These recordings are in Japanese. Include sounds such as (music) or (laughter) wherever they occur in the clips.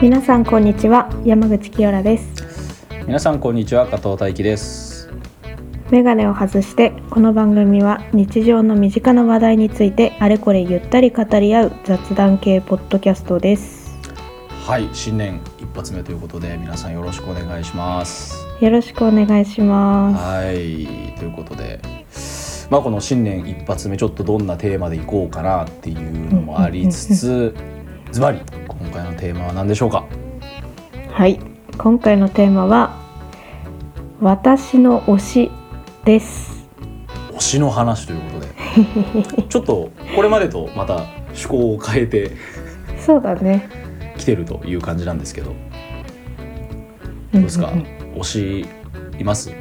皆さんこんにちは山口清良です皆さんこんにちは加藤大輝ですメガネを外してこの番組は日常の身近な話題についてあれこれゆったり語り合う雑談系ポッドキャストですはい新年一発目ということで皆さんよろしくお願いしますよろしくお願いしますはいということでまあこの新年一発目ちょっとどんなテーマでいこうかなっていうのもありつつズバリ今回のテーマは何でしょうかはい今回のテーマは私の推しです推しの話ということでちょっとこれまでとまた趣向を変えてそうだねきてるという感じなんですけどどどうですか推しいます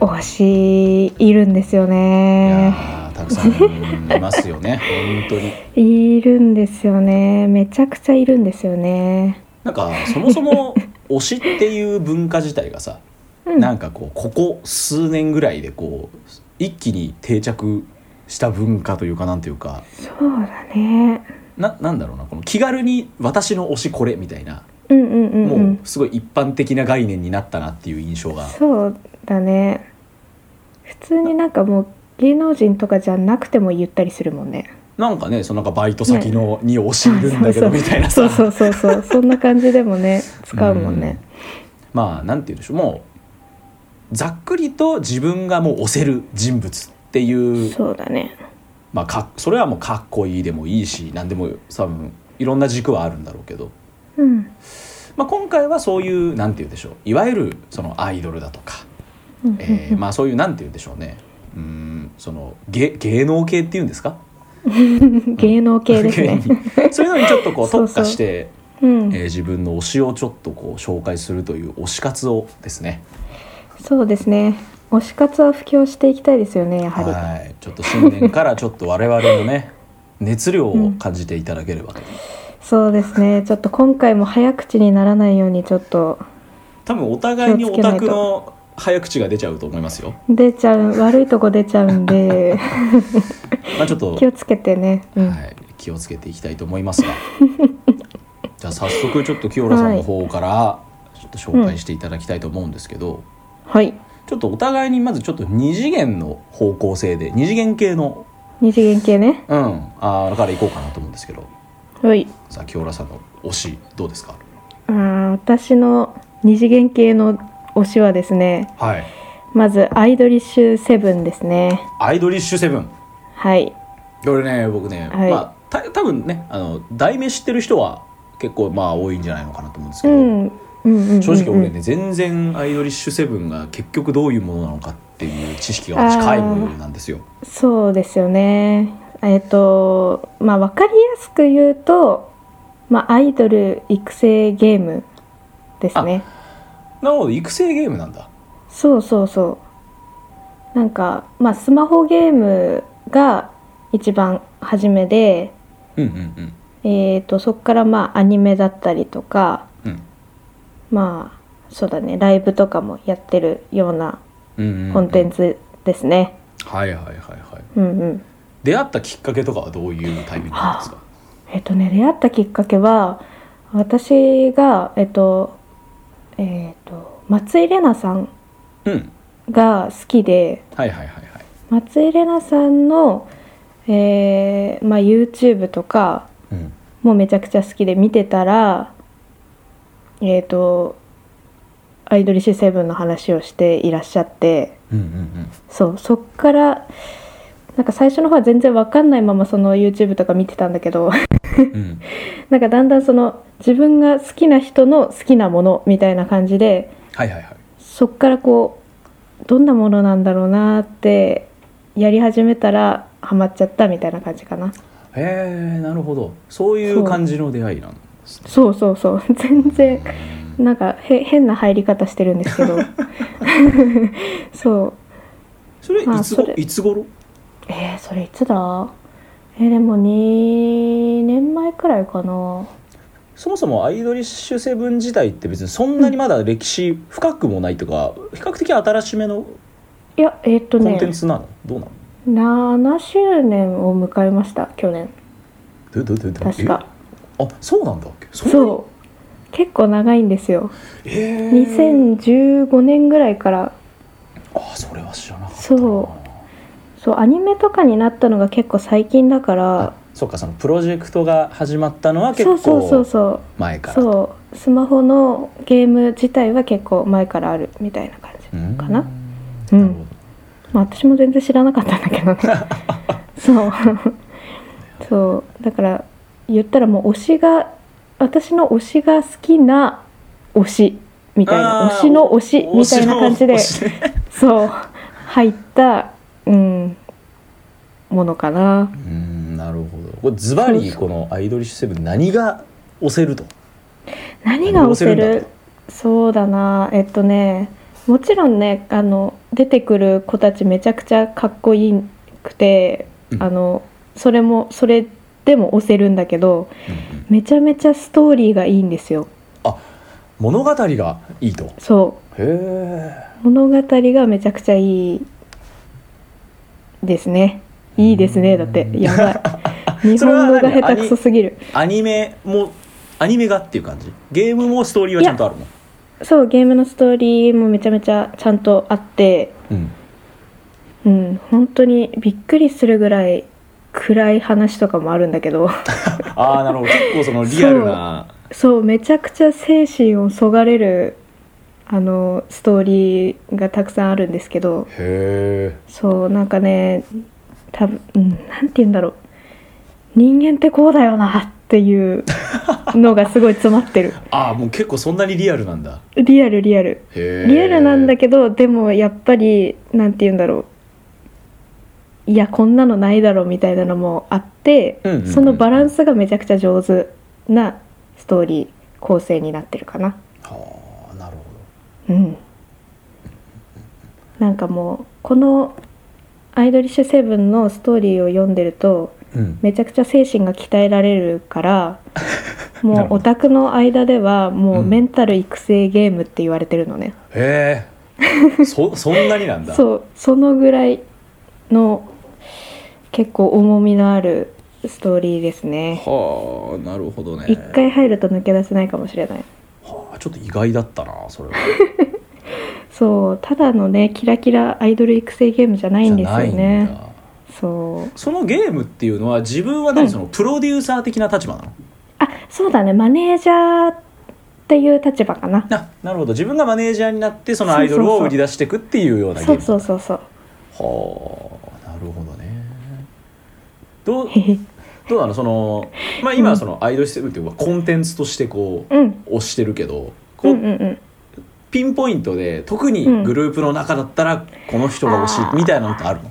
推しいるんですよいやねーたくさんいますよね本当にいるんですよねめちゃくちゃいるんですよねなんかそも (laughs) そも推しっていう文化自体がさ、うんなんかこうここ数年ぐらいでこう一気に定着した文化というかなんていうかそうだねななんだろうなこの気軽に「私の推しこれ」みたいな、うんうんうんうんもうすごい一般的な概念になったなっていう印象がそうだね普通になんかもう芸能人とかじゃなくても言ったりするもんねなんかねそのなんかバイト先のに推しいるんだけどみたいな (laughs) さそうそうそう (laughs) そうそんな感じでもね使うもんねまあなんて言うんでしょうもうざっくりと自分がもう推せる人物っていうそうだねまあ、かそれはもうかっこいいでもいいし何でも多分いろんな軸はあるんだろうけど、うんまあ、今回はそういうなんて言うんでしょういわゆるそのアイドルだとか、うんえーまあ、そういうなんて言うんでしょうねうーんその芸芸能系っていうんですか芸能系です (laughs) ねそういうのにちょっとこうそう特そう化してうんえー自分の推しをちょっとこう紹介するという推し活をですねそうですね推し活は布教していきたいですよねやはりはいちょっと新年からちょっと我々のね熱量を感じていただければと、そうですねちょっと今回も早口にならないようにちょっと多分お互いにオタクの早口が出ちゃうと思いますよ。出ちゃう悪いとこ出ちゃうん (laughs) でまあちょっと気をつけてね、うんはい、気をつけていきたいと思 (laughs) いますがじゃあ早速ちょっと清原さんの方からちょっと紹介していただきたいと思うんですけど、はいちょっとお互いにまずちょっと二次元の方向性で二次元系の二次元系ねうんあーからいこうかなと思うんですけどはいさあ清原さんの推しどうですかあー私の二次元系の推しはですねはいまずアイドリッシュセブンですねアイドリッシュセブンはいこれね僕ね、はいまあた多分ねあの題名知ってる人は結構まあ多いんじゃないのかなと思うんですけうど、んうんうんうん正直俺ね全然アイドリッシュセブンが結局どういうものなのかっていう知識が私あー皆無なんですよ。そうですよねえっ、とまあ分かりやすく言うと、まあ、アイドル育成ゲームですねなるほど育成ゲームなんだ。そうそうそうなんかまあスマホゲームが一番初めでうんうんえー、とそこからまあアニメだったりとかうんうんまあそうだねライブとかもやってるようなうんうんうん。コンテンツですね。はいはいはいはい。うんうん出会ったきっかけとかはどういうタイミングなんですか。えっとね出会ったきっかけは私がえっとえっと松井玲奈さんうんが好きではいはいはいはい。松井玲奈さんの、えーまあ、YouTube とかうんもうめちゃくちゃ好きで見てたらえっ、とアイドリッシュセブンの話をしていらっしゃってうんうんそうそっからなんか最初の方は全然わかんないままその YouTube とか見てたんだけど (laughs) うんうん。なんかだんだんその自分が好きな人の好きなものみたいな感じではいはいはい。そっからこうどんなものなんだろうなってやり始めたらハマっちゃったみたいな感じかなへえなるほどそういう感じの出会いなんですね。そうそうそう (laughs) 全然うんなんかへ変な入り方してるんですけどそうそれいまあつごそれいつ頃。えー、それいつだえーでも2年前くらいかなそもそもアイドリッシュセブン自体って別にそんなにまだ歴史深くもないとか、比較的新しめのいやえーっとコねンテンツなの、どうなの7周年を迎えました去年どういうどういうどういうどういう確かあそうなんだっけそんなにそう結構長いんですよえー2015年ぐらいからあそれは知らなかったなそうそうアニメとかになったのが結構最近だからあそっかそのプロジェクトが始まったのは結そうそうそう構そう前からそうスマホのゲーム自体は結構前からあるみたいな感じ、うんかなるほどうんまあ私も全然知らなかったんだけ (laughs) どねそうそうだから言ったらもう推しが私の推しが好きな推しみたいなあー推しの推しみたいな感じで推しの推しねそう入った、うん、ものかなうんなるほどこれズバリこの「アイドリッシュセブン」何が押せると何が押せ何が押せるんるだそうだなえっとねもちろんねあの出てくる子たちめちゃくちゃかっこいいくて、うんあのそれもそれでも押せるんだけどめちゃめちゃストーリーがいいんですよ物語がいいとへそえう物語がめちゃくちゃいいですねいいですねだってやばい日それは本何語が下手くそすぎるアニメもアニメがっていう感じゲームもストーリーはちゃんとあるのそうゲームのストーリーもめちゃめちゃちゃんとあってうんうん本当にびっくりするぐらい暗い話とかもあるんだけどああなるほど結構そのリアルなそうめちゃくちゃ精神をそがれるあのストーリーがたくさんあるんですけどへそうなんかね多分、うん、なんて言うんだろう人間ってこうだよなっていうのがすごい詰まってるえああもう結構そんなにリアルなんだリアルリアルへえリアルなんだけどでもやっぱりなんて言うんだろういやこんなのないだろうみたいなのもあって、うんうんうんそのバランスがめちゃくちゃ上手なストーリー構成になってるかなはあなるほうんなんかもうこの「アイドリッシュセブン」のストーリーを読んでるとどうんめちゃくちゃ精神が鍛えられるから (laughs) なもるうほどオタクの間ではもうメンタル育成ゲームって言われてるのね、へ (laughs) えそそんなになんだそうそのぐらいの結構重みのあるストーリーですねはあなるほどね一回入ると抜け出せないかもしれないはあちょっと意外だったなそれはそうただのねキラキラアイドル育成ゲームじゃないんですよじゃないんねだそうそのゲームっていうのは自分は何、うんそのプロデューサー的な立場なのあそうだねマネージャーっていう立場かなななるほど自分がマネージャーになってそのそうそうアイそドうルを売り出していくっていうようなゲーそうムそうそうそうはあなるほどねど (laughs) うへへどうなのその、まあ、今はそのアイドルセブンっていうのはコンテンツとしてこう、うん推してるけどうこう、んうんうんピンポイントで特にグループの中だったらこの人が推しあーみたいなのってあるの、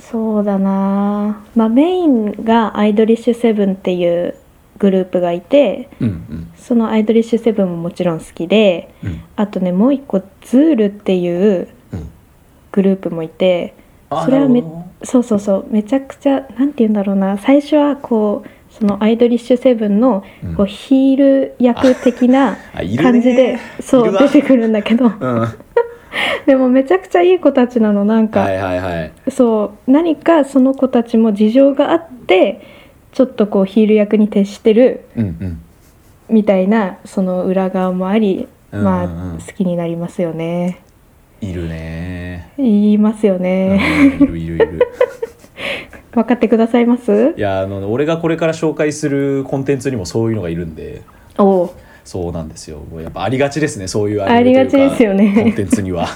そうだなまあメインがアイドリッシュセブンっていうグループがいてうんうんそのアイドリッシュセブンももちろん好きでうんあとねもう一個ズールっていううんグループもいてあそれはめなるほそうそうそうめちゃくちゃなんて言うんだろうな最初はこうそのアイドリッシュセブンのどうんこうヒール役的なあいるね感じでそいるうわ出てくるんだ (laughs) けどうん、はでもめちゃくちゃいい子たちなのなんいか、はいはいそう何かその子たちも事情があってちょっとこうヒール役に徹してるうんうんみたいなその裏側もあり、うんうんうまんあ好きになりますよねいるね、言いますようね、ん、いるいるいる分かってくださいますいやあの俺がこれから紹介するコンテンツにもそういうのがいるんでおうそうなんですよもうやっぱありがちですねそういうありがちですよねコンテンツ (laughs) には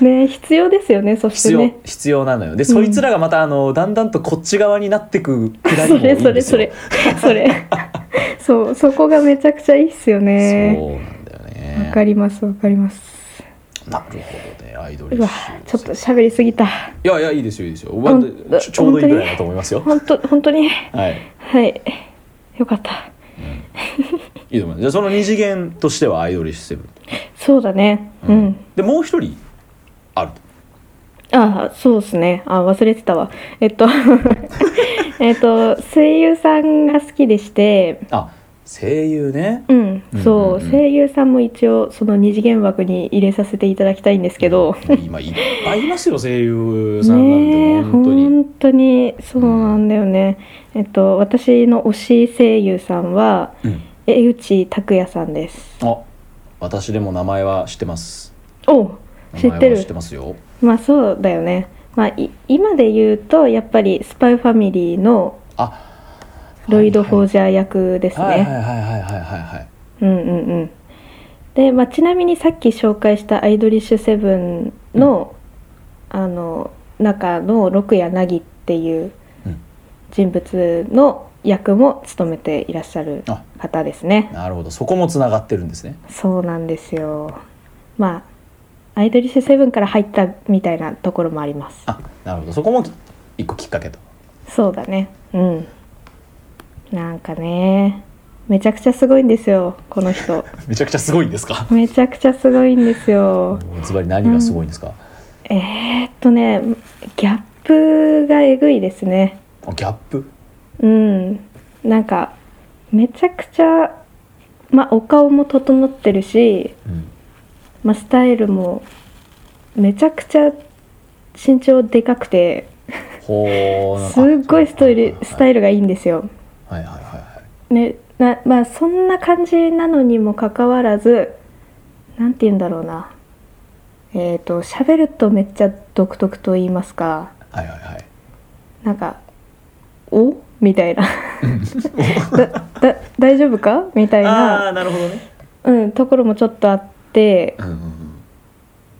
ね必要ですよねそし必て要、ね必要なのよで、そいつらがまたあのだんだんとこっち側になってくくだそりもいいれんですよそれそれ (laughs) それそうそこがめちゃくちゃいいっすよねそうなんだよわ、ねかりますわかりますなるほどねアイドルうわちょっと喋りすぎたいやいやいいですよいいですよほんちょちょうどいいぐらいだと思いますよ本当本当にはいはいよかったいいと思いますじゃあその二次元としてはアイドルシステムそうだねうん、でもう一人あるとあそうですねあ忘れてたわ (laughs) えっとえっと声優さんが好きでしてあ声優ねうんうんそう、うんうん声優さんも一応その二次元枠に入れさせていただきたいんですけど、今いっぱいいますよ声優さんなんてねえ本当に、本当にそうなんだよね、えっと私の推し声優さんはうん、江内拓也さんですあ私でも名前は知ってますお知って名前るは知ってますよまあそうだよねまあい今で言うとやっぱり「スパイファミリー」のあロイド・フォージジャー役ですね、はいはいはいはいはいはいはいうんうんうんで、まあ、ちなみにさっき紹介した「アイドリッシュセブンの」あの中の六谷凪っていううん人物の役も務めていらっしゃるあ方ですねなるほどそこもつながってるんですねそうなんですよまあアイドリッシュセブンから入ったみたいなところもありますあなるほどそこも一個きっかけとそうだねうんなんかねめちゃくちゃすごいんですよこの人めちゃくちゃすごいんですかめちゃくちゃすごいんですよズバリ何がすごいんですか、えーっとねギャップがえぐいですねあギャップうんなんかめちゃくちゃまあお顔も整ってるし、うんまあ、スタイルもめちゃくちゃ身長でかくてほーすっごいスタイルスタイルルがいいんですよ。はいはいはいはいねなまあそんな感じなのにもかかわらずなんて言うんだろうなえっ、と喋るとめっちゃ独特と言いますかはいはいはいなんか「おみたい (laughs) なだだ大丈夫かみたいああーな、なるほどねうん、ところもちょっとあってうんうんうん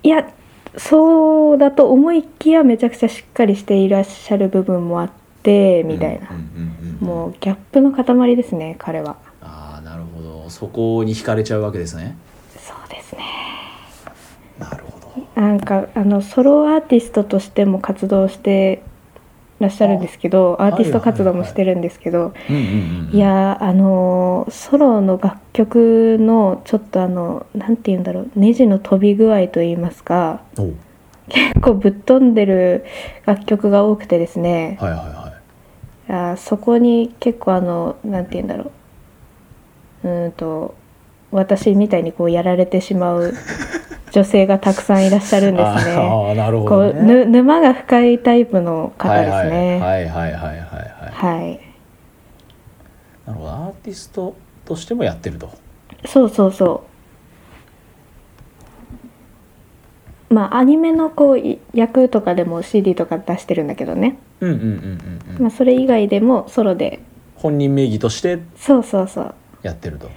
いやそうだと思いきやめちゃくちゃしっかりしていらっしゃる部分もあってみたいなうん、うんうんうんもうギャップの塊ですね彼はああなるほどそこに惹かれちゃうわけですねそうですねなるほどなんかあのソロアーティストとしても活動してらっしゃるんですけどアーティスト活動もしてるんですけど、うんうんうんいやーあのーソロの楽曲のちょっとあのなんて言うんだろうネジの飛び具合と言いますかおう結構ぶっ飛んでる楽曲が多くてですねはいはいはいあーそこに結構あのなんて言うんだろううーんと私みたいにこうやられてしまう女性がたくさんいらっしゃるん (laughs) ですね。ああなるほこどうねぬ (laughs) 沼が深いタイプの方ですね。はい、はいはいはいはいはいはいはいなるほどアーティストとしてもやってるとそうそうそう。まあアニメのこうい役とかでも CD とか出してるんだけどね、うんうんうんうんうまんあ、それ以外でもソロで本人名義としてそうそうそうやってると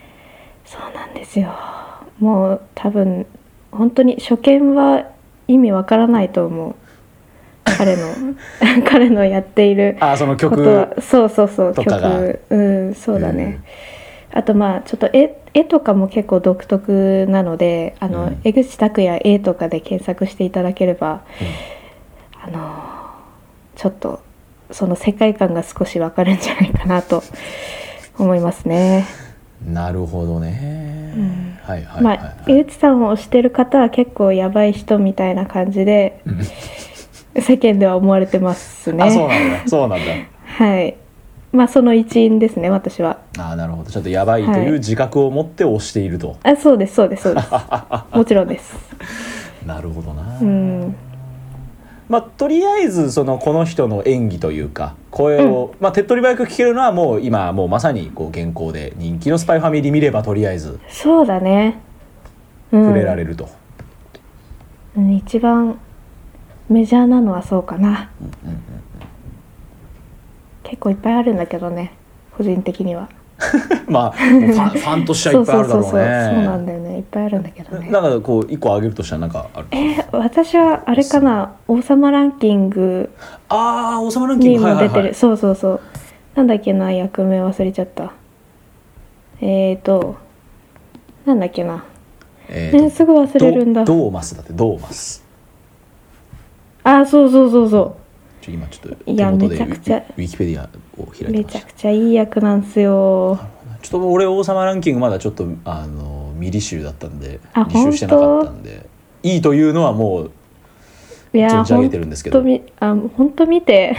そうなんですよもう多分本当に初見は意味わからないと思う彼 (laughs) の彼のやっているああそのこ曲とはそうそうそうとかが曲うんそうだね、うんあとまあちょっと絵絵とかも結構独特なのであの、うん江口拓也絵とかで検索していただければ、あのちょっとその世界観が少しわかるんじゃないかなと思いますね。なるほどね、うんはいはいはい、まあはい江口さんを推してる方は結構やばい人みたいな感じでうん世間では思われてますね。あそうなんだそうなんだはい。まあその一員ですね私は。ああなるほどちょっとやばいという自覚を持って押していると、あそうですそうですそうです (laughs) もちろんですなるほどな、うんまあとりあえずそのこの人の演技というか声を、まあ手っ取り早く聞けるのはもう今もうまさにこう現行で人気のスパイファミリー見ればとりあえずそうだね、うん、触れられると、 (laughs) うん一番メジャーなのはそうかな結構いっぱいあるんだけどね個人的にはまあもうファンファンとしてはいっぱいあるだろうねそうそうそうそうなんだよねいっぱいあるんだけどねななんかこう一個挙げるとしたらなんかあるえー私はあれかな「王様ランキングああ王様ラ」ンキンにグはもい出はいてる、はいそうそうそうなんだっけな役名忘れちゃったえーとなんだっけなええーとーすぐ忘れるんだドドーマスだってドーマスあそうそうそうそうちょ今ちょっといや手元でめちゃくちゃウィウィキペディアを開いめてまちゃしたくちゃいい役なんすよ。ちょっと俺王様ランキングまだちょっとあの未履修だったんであ履修してなかったんでいいというのはもう (laughs) いや存じ上げ本てるんですけ当どみあ本当見て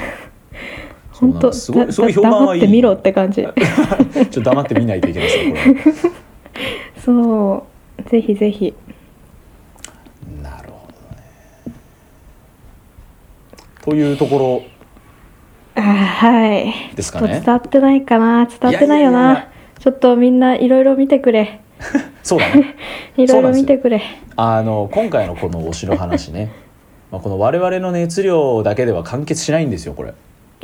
(laughs) そそ本当うなんかすごいだすごいだ評判はいい黙って見ろって感 (laughs) じちょっと黙って見ないといけないですねこれそうぜひぜひなるほどね。というとこあーはいろですちょかっと伝ね。わってないかな伝わってないよいやいやいやいなちょっとみんないろいろ見てくれそうだね。いろそういなろんですよ見てくれあの今回のこの推しの話ね。まあこの我々の熱量だけでは完結しないんですよこれ。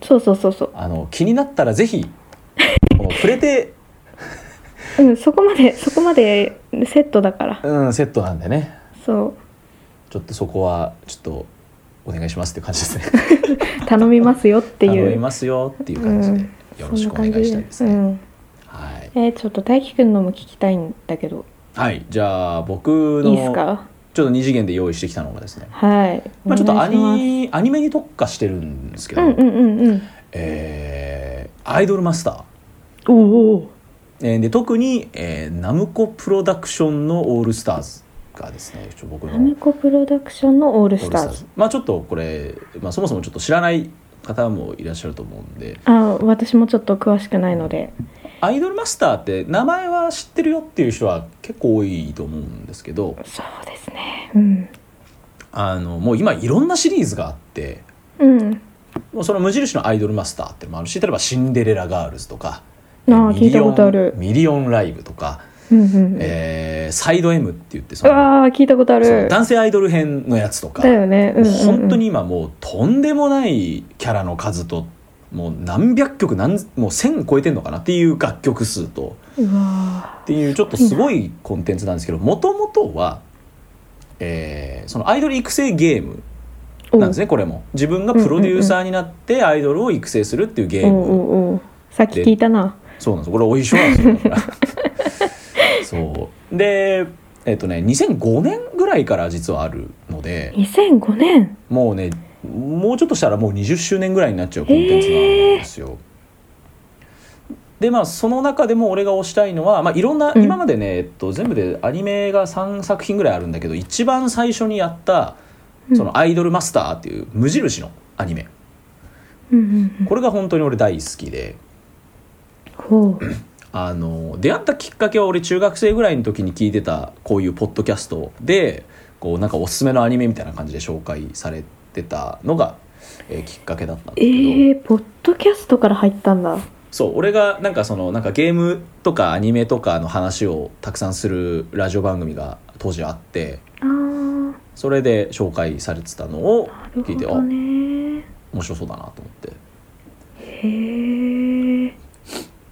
そうそうそうそあの気になったらぜひこの触れて、う、うん、そこまでそこまでセットだからうん、セットなんでね。そうちょっとそこはちょっとお願いしますっていう感じですね。頼みますよっていう頼みますよっていう感じでよろしくお願いしたいですそんなね。感じはい。うん、えーちょっと大輝くんのも聞きたいんだけどはい。じゃあ僕いいですのかちょっと二次元で用意してきたのがですね。はい、まあ、ちょっおとア願いしますニアニメに特化してるんですけど、うんうんうんうんえーアイドルマスターおおえーで特に、えーナムコプロダクションのオールスターズがですねちょっと僕のナメコプロダクションのオールオースルターズまあちょっとこれ、まあ、そもそもちょっと知らない方もいらっしゃると思うんであ私もちょっと詳しくないのでアイドルマスターって名前は知ってるよっていう人は結構多いと思うんですけどそうですねうんあのもう今いろんなシリーズがあってうんもうその無印のアイドルマスターっていうのもあるし例えば「シンデレラガールズ」とか「あーミリ聞オンいたことあるミリオンライブ」とか、うんうんうんえーサイド M」って言ってそあのわー聞いたことあそのる男性アイドル編のやつとか、だよね、うんうんうん、本当に今もうとんでもないキャラの数ともう何百曲何もう1,000超えてんのかなっていう楽曲数とうわっていうちょっとすごいコンテンツなんですけどもともとは、えーそのアイドル育成ゲームーなんですねこれも自分がプロデューサーになってアイドルを育成するっていうゲおーうム、おうおうさっき聞いたなそうなんですこれお一緒なんですよだからそうでえっとね2005年ぐらいから実はあるので2005年もうねもうちょっとしたらもう20周年ぐらいになっちゃうコンテンツなんですよ。でまあその中でも俺が推したいのは、まあ、いろんな、うん今までね、えっと、全部でアニメが3作品ぐらいあるんだけど一番最初にやった「そのアイドルマスター」っていう無印のアニメうんうんうんこれが本当に俺大好きで。ほうあの出会ったきっかけは俺中学生ぐらいの時に聞いてたこういうポッドキャストでこうなんかおすすめのアニメみたいな感じで紹介されてたのが、えーきっかけだったんだけど、えー、ポッドキャストから入ったんだそう俺がなんかそのなんかゲームとかアニメとかの話をたくさんするラジオ番組が当時あってあーなそれで紹介されてたのをる聞いほて、どねあ面白そうだなと思ってへえ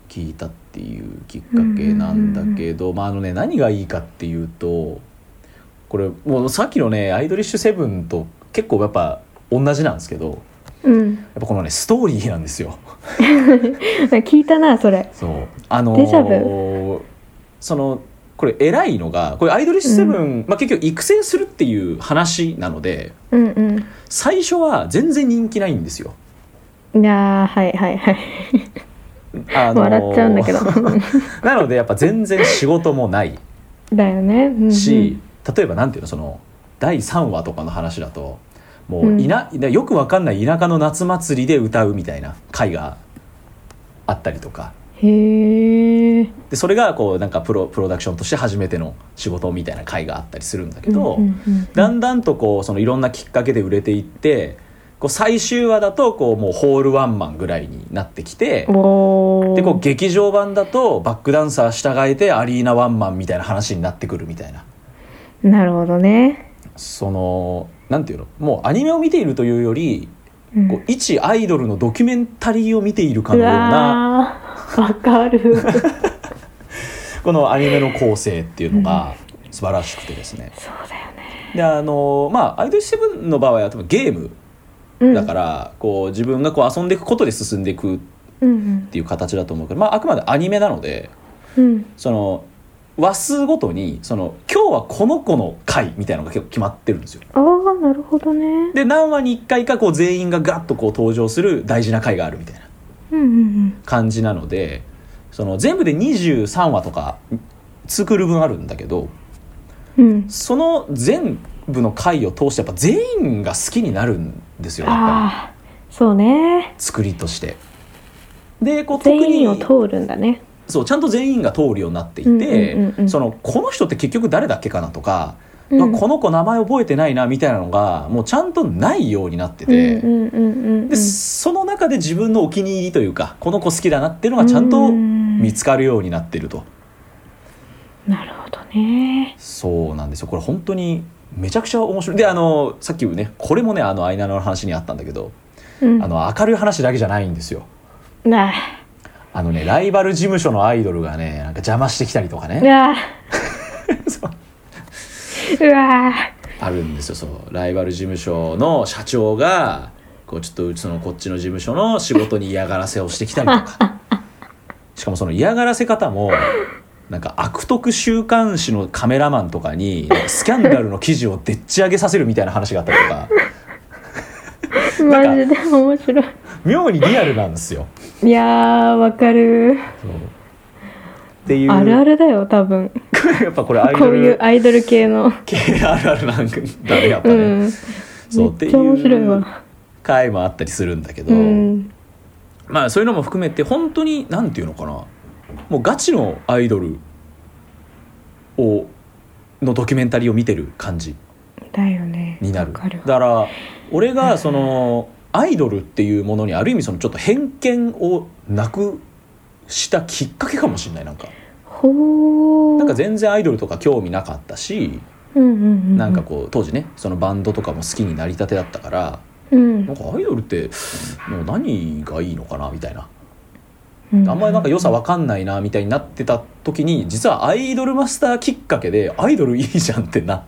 聞いたっていうきっかけなんだけど、まああのね何がいいかっていうとこれもうさっきのね「アイドリッシュセブンと結構やっぱ同じなんですけどうやんっぱこのねストーリーなんですよ。聞いたなそれそうあのーデジャそのこれ偉いのがこれ「アイドリッシュセブン、まあ、結局育成するっていう話なのでうんうん最初は全然人気ないんですよ。いやーはいはいはい、あのー笑っちゃうんだけど (laughs) なのでやっぱ全然仕事もない。だよね、うんうん、し、例えばなんていうのその第3話とかの話だともういな、でよくわかんない田舎の夏祭りで歌うみたいな回があったりとかへえでそれがこうなんかプロプロダクションとして初めての仕事みたいな回があったりするんだけど、だんだんとこうそのいろんなきっかけで売れていってこう最終話だとこうもうホールワンマンぐらいになってきて。おおでこう劇場版だとバックダンサー従えてアリーナワンマンみたいな話になってくるみたいななるほどね、そのなんていうのもうアニメを見ているというより、うんこう一アイドルのドキュメンタリーを見ているかうのようなわーわか (laughs) るこのアニメの構成っていうのが素晴らしくてですね、そうだよねであのまあアイドルセブンの場合は多分ゲームうんだから、こう自分がこう遊んでいくことで進んでいくっうんていう形だと思うけど、まあ、あくまでアニメなのでうんうんその話数ごとにその今日はこの子の回みたいなのが結構決まってるんですよ。ああなるほどねで何話に1回かこう全員がガッとこう登場する大事な回があるみたいな。うんうん感じなのでその全部で23話とか作る分あるんだけどうんうんその全部の回を通してやっぱ全員が好きになるんですよやっぱああそうねり作りとしてでこう特に全員を通るんだねそうちゃんと全員が通るようになっていて、うんうんうんうんそのこの人って結局誰だっけかなとか、うんまあ、この子名前覚えてないなみたいなのがもうちゃんとないようになってて、うんうんうんうんうんでその中で自分のお気に入りというかこの子好きだなっていうのがちゃんとうん見つかるようになってると、なるほどねそうなんですよこれ本当にめちゃくちゃ面白いであのさっきねこれもねあのアイナの話にあったんだけど、うんあの明るい話だけじゃないんですよなああのねライバル事務所のアイドルがねなんか邪魔してきたりとかね、うわあ (laughs) そううわああるんですよそうライバル事務所の社長がこうちょっとうちそのこっちの事務所の仕事に嫌がらせをしてきたりとかしかもその嫌がらせ方もなんか悪徳週刊誌のカメラマンとかになんかスキャンダルの記事をでっち上げさせるみたいな話があったりとかなんかマジで面白い妙にリアルなんですよ。いやーわかるそうっていうあるあるだよ多分 (laughs) やっぱこれアイこドういうルアイドル系の系あるあるなんだねやっぱうね。んそうめっちゃ面白いわ回もあったりするんだけど、うんまあそういうのも含めて本当になんていうのかなもうガチのアイドルをのドキュメンタリーを見てる感じだよねになるわかるだから俺がそのアイドルっていうものにある意味そのちょっと偏見をなくしたきっかけかもしれないなんかほうなんか全然アイドルとか興味なかったしうんうんうんうんなんかこう当時ねそのバンドとかも好きになりたてだったからうんなんかアイドルってもう何がいいのかなみたいなうんあんまりなんか良さわかんないなみたいになってた時に実はアイドルマスターきっかけでアイドルいいじゃんってなっ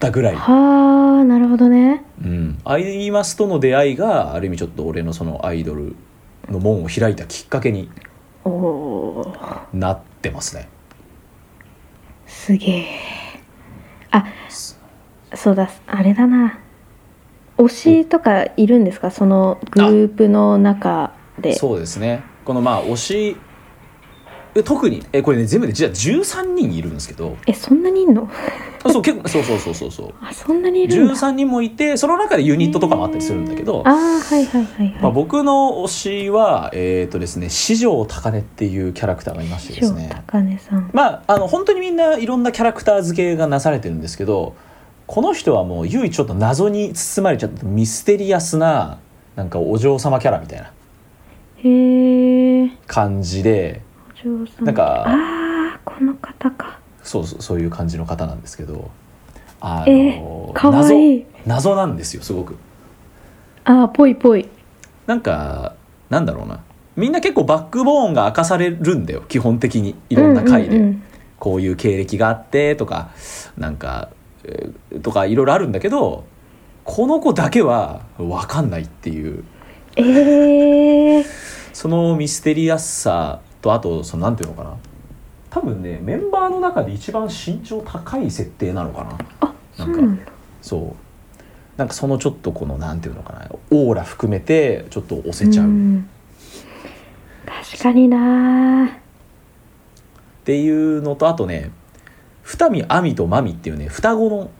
たぐらい、はあなるほどねうん、アイマスとの出会いがある意味ちょっと俺のそのアイドルの門を開いたきっかけにおおなってますね。すげえあそうだあれだな推しとかいるんですかそのグループの中でそうですねこのまあ推しえ特にえこれね全部で実は13人いるんですけどえそんなにいんのあそう結構そうそうそうそうそうあそんなにいるんだ13人もいてその中でユニットとかもあったりするんだけど、あーはいはいはいはい、まあ、僕の推しは、えーとですね、四条高音っていうキャラクターがいましてで師匠すね、高根さんまあ、あの本当にみんないろんなキャラクター付けがなされてるんですけどこの人はもう唯一ちょっと謎に包まれちゃってミステリアスななんかお嬢様キャラみたいなへえ感じでお嬢さんなんかああこの方かそうそうそういう感じの方なんですけどあえのかわいい謎謎なんですよすごく。あーぽいぽいなんかなんだろうなみんな結構バックボーンが明かされるんだよ基本的にいいろんな回で。うんうんこういう経歴があってとかなんかえーとかいろいろあるんだけどこの子だけは分かんないっていううんえー、そのミステリアスさとあとそのなんていうのかな多分ねメンバーの中で一番身長高い設定なのかなあなそんかうなんだそうなんかそのちょっとこのなんていうのかなオーラ含めてちょっと押せちゃうっん確かになーていうのとあとね二見亜美と真美っていうね双子の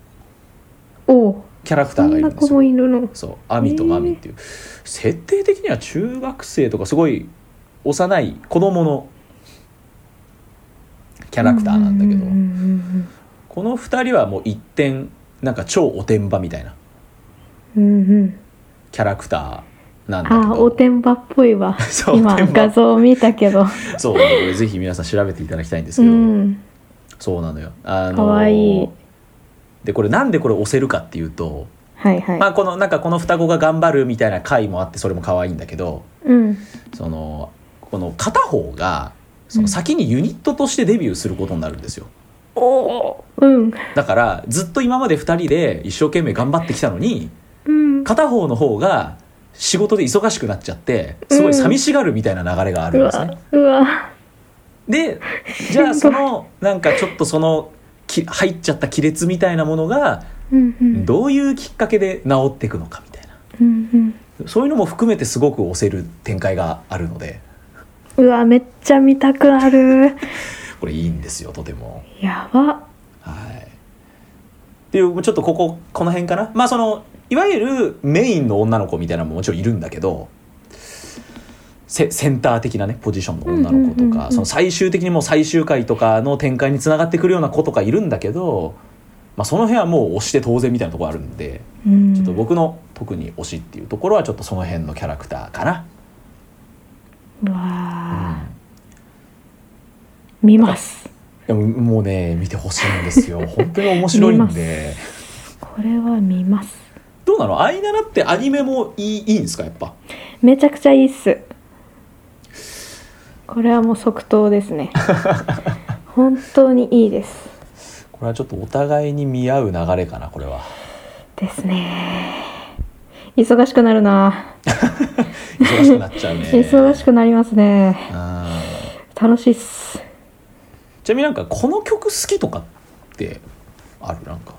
おうキャラクタそーがんいるなんです子よもいるのそう「アミとマミ」っていう、設定的には中学生とかすごい幼い子供のキャラクターなんだけど、うんうんうんこの2人はもう一点なんか超おてんばみたいなうんうんうんキャラクターなんだけあーおどてんばっぽいわそう (laughs) お今てんば画像を見たけどそうこれぜひ皆さん調べていただきたいんですうけど、んそうなのよ。あのーかわいいでこれなんでこれ押せるかっていうと、はいはい、まあ、このなんかこの双子が頑張るみたいな回もあってそれも可愛いんだけど、うんそのこの片方がその先にユニットとしてデビューすることになるんですよ、おうんだからずっと今まで2人で一生懸命頑張ってきたのにうん片方の方が仕事で忙しくなっちゃってすごい寂しがるみたいな流れがあるうんですねわ、うわでじゃあそのなんかちょっとそのき入っちゃった亀裂みたいなものがうんうんどういうきっかけで治っていくのかみたいなうんそういうのも含めてすごく押せる展開があるのでうんうわめっちゃ見たくなるこれいいんですよとても。やばはい、っていうちょっとこここの辺かなまあそのいわゆるメインの女の子みたいなのももちろんいるんだけどセセンター的なねポジションの女の子うんうんとうんうかんその最終的にもう最終回とかの展開につながってくるような子とかいるんだけど、まあ、その辺はもう推して当然みたいなところあるんでうんちょっと僕の特に推しっていうところはちょっとその辺のキャラクターかな。ううわーん見ますでももうね見てほしいんですよ本当に面白いんでこれは見ますどうなのアイナラってアニメもいいいいんですかやっぱめちゃくちゃいいっすこれはもう即答です (laughs) ね本当にいいですこれはちょっとお互いに見合う流れかなこれはですね忙しくなるな、忙しくなっちゃうね (laughs) 忙しくなりますねうん楽しいっすちなみになんかこの曲好きとかってあるなんか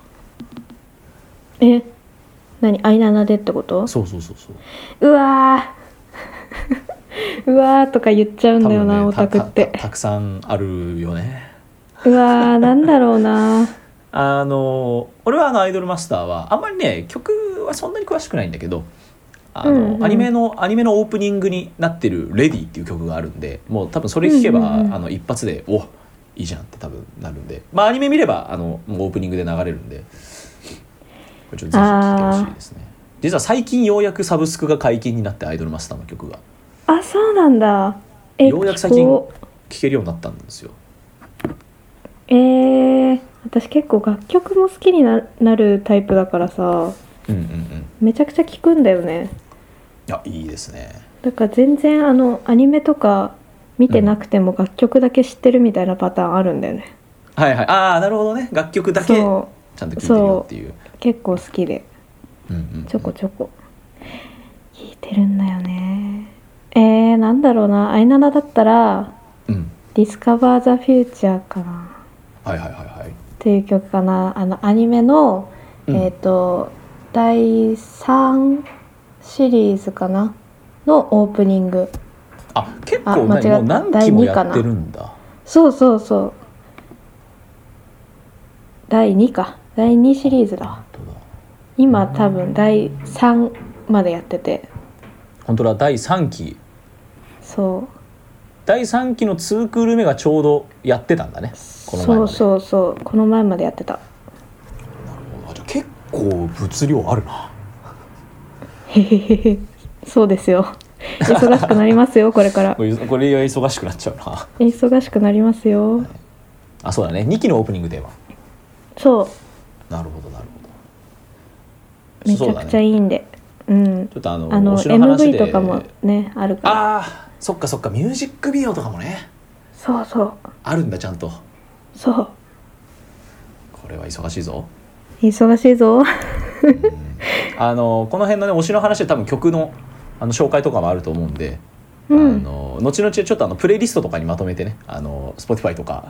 え何アイナナでってことそうそうそうそううわー (laughs) うわーとか言っちゃうんだよな、ねオタクったてたたくさんあるよねうわーなんだろうなあの俺はあのアイドルマスターはあんまりね曲はそんなに詳しくないんだけどあの、うんうんアニメのアニメのオープニングになってる「レディ」っていう曲があるんでもう多分それ聴けば、うんうんうんあの一発で「おいいじゃん」って多分なるんでまあアニメ見ればあのもうオープニングで流れるんでこれちょっとぜひ聴いてほしいですね実は最近ようやくサブスクが解禁になってアイドルマスターの曲があそうなんだえようやく最近聞こう聴けるようになったんですよえー、私結構楽曲も好きにななるタイプだからさうんうんうんめちゃくちゃ聞くんだよねいやいいですねだから全然あのアニメとか見てなくても楽曲だけ知ってるみたいなパターンあるんだよね、はいはいああなるほどね楽曲だけちゃんそと聴いてるよっていうう結構好きでうんうんうんちょこちょこ聞いてるんだよねえー、なんだろうなアイナナだったらうん「ディスカバー・ザ・フューチャー」かなはいはいはいはい。っていう曲かなあのアニメの、うんえっ、と第3シリーズかなのオープニングあ結あ構間違なっもたう何期もやってるんだ。そうそうそう第2か第2シリーズだ本当だ。今多分第3までやってて本当だ第三期そう第三期のツークール目がちょうどやってたんだね。この前そまうでそうそうこの前までやってた (laughs) あじゃあ結構物量あるな。へへへへそうですよ忙しくなります (laughs) よこれからこれこれは忙しくなっちゃうな。忙しくなりますよあそうだね二期のオープニングテーマ。そなるほどなるほうど。めちゃくちゃい。いいんでうんちょっとあのあの推しの話で MV とかもねあるからああそっかそっかミュージックビデオとかもねそうそうあるんだちゃんと。そうこれは忙しいぞ。忙しいぞ (laughs) あのこの辺のね推しの話で多分曲のあの紹介とかもあると思うんで、うんあの後々ちょっとあのプレイリストとかにまとめてねあの Spotify とか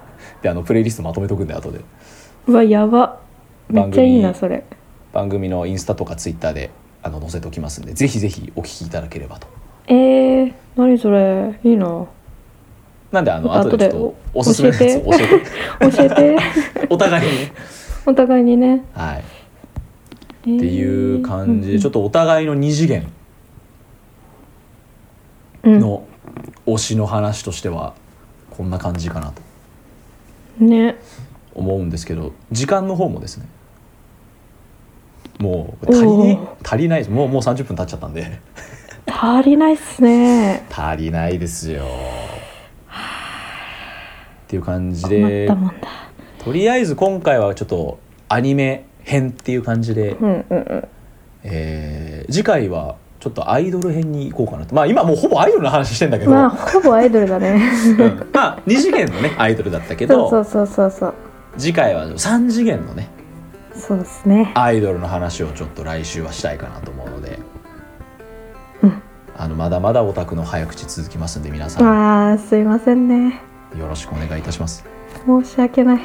(laughs) であのプレイリストまとめとくんで後でうわやばめっちゃいい番組なそれ番組のインスタとかツイッターであの載せておきますんでぜひぜひお聞きいただければとえー、何それいいななんであちょのっと後でち後でょっとおすすめのやつを教えて教え (laughs) てお互いにねお互いにね、はい、えーっていう感じでちょっっとお互いの二次元との推しの話としてはこんな感じかなとね思うんですけど時間の方もですねもう足りお足りないですもうもう30分経っちゃったんで (laughs) 足りないっすね足りないですよっていう感じ困っでたもんだとりあえず今回はちょっとアニメ編っていう感じで、うんうんうんえー次回はちょっとアイドル編に行こうかなとまあ今もうほぼアイドルの話してんだけど、まあほぼアイドルだねうんまあ2次元のねアイドルだった (laughs) けそどうそうそうそうそう次回は3次元のねそうですねアイドルの話をちょっと来週はしたいかなと思うので、うんあのまだまだオタクの早口続きますんで皆さんあーすいませんねよろしくお願いいたします。申し訳ないはい、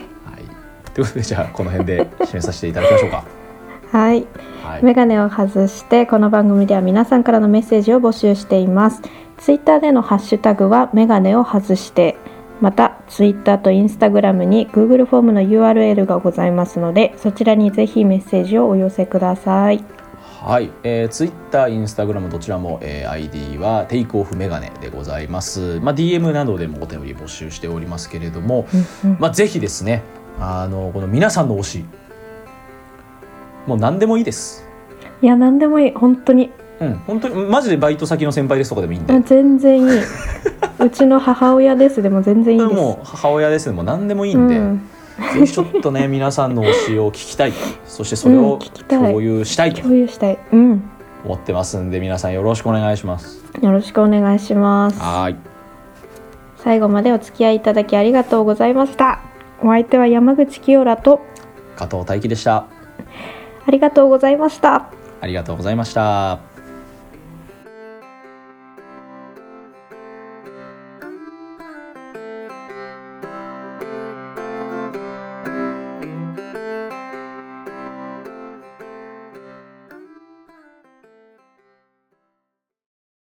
ということでじゃあこの辺で締めさせていただきましょうか。はいはい、メガネを外してこの番組では皆さんからのメッセージを募集していますツイッターでのハッシュタグはメガネを外してまたツイッターとインスタグラムに Google フォームの URL がございますのでそちらにぜひメッセージをお寄せくださいはい、えー、Twitter、Instagram どちらも、えー ID はテイクオフメガネでございます。まあ、DM などでもお便り募集しておりますけれども、うんうんまあ、ぜひですねあのこの皆さんの推しもう何でもいいです。いや何でもいい本当にうん、本当にマジでバイト先の先輩ですとかでもいいんで、あ全然 (laughs) いいうちの母親ですでも全然いいですもう母親ですでも何でもいいんで、うん、ぜひちょっ (laughs) とね皆さんの推しを聞きたいそしてそれうんを聞きたい共有したいと共有したいうん思ってますんで皆さんよろしくお願いします。よろしくお願いしますはい最後までお付き合いいただきありがとうございましたお相手は山口清良と加藤大輝でしたありがとうございましたありがとうございました。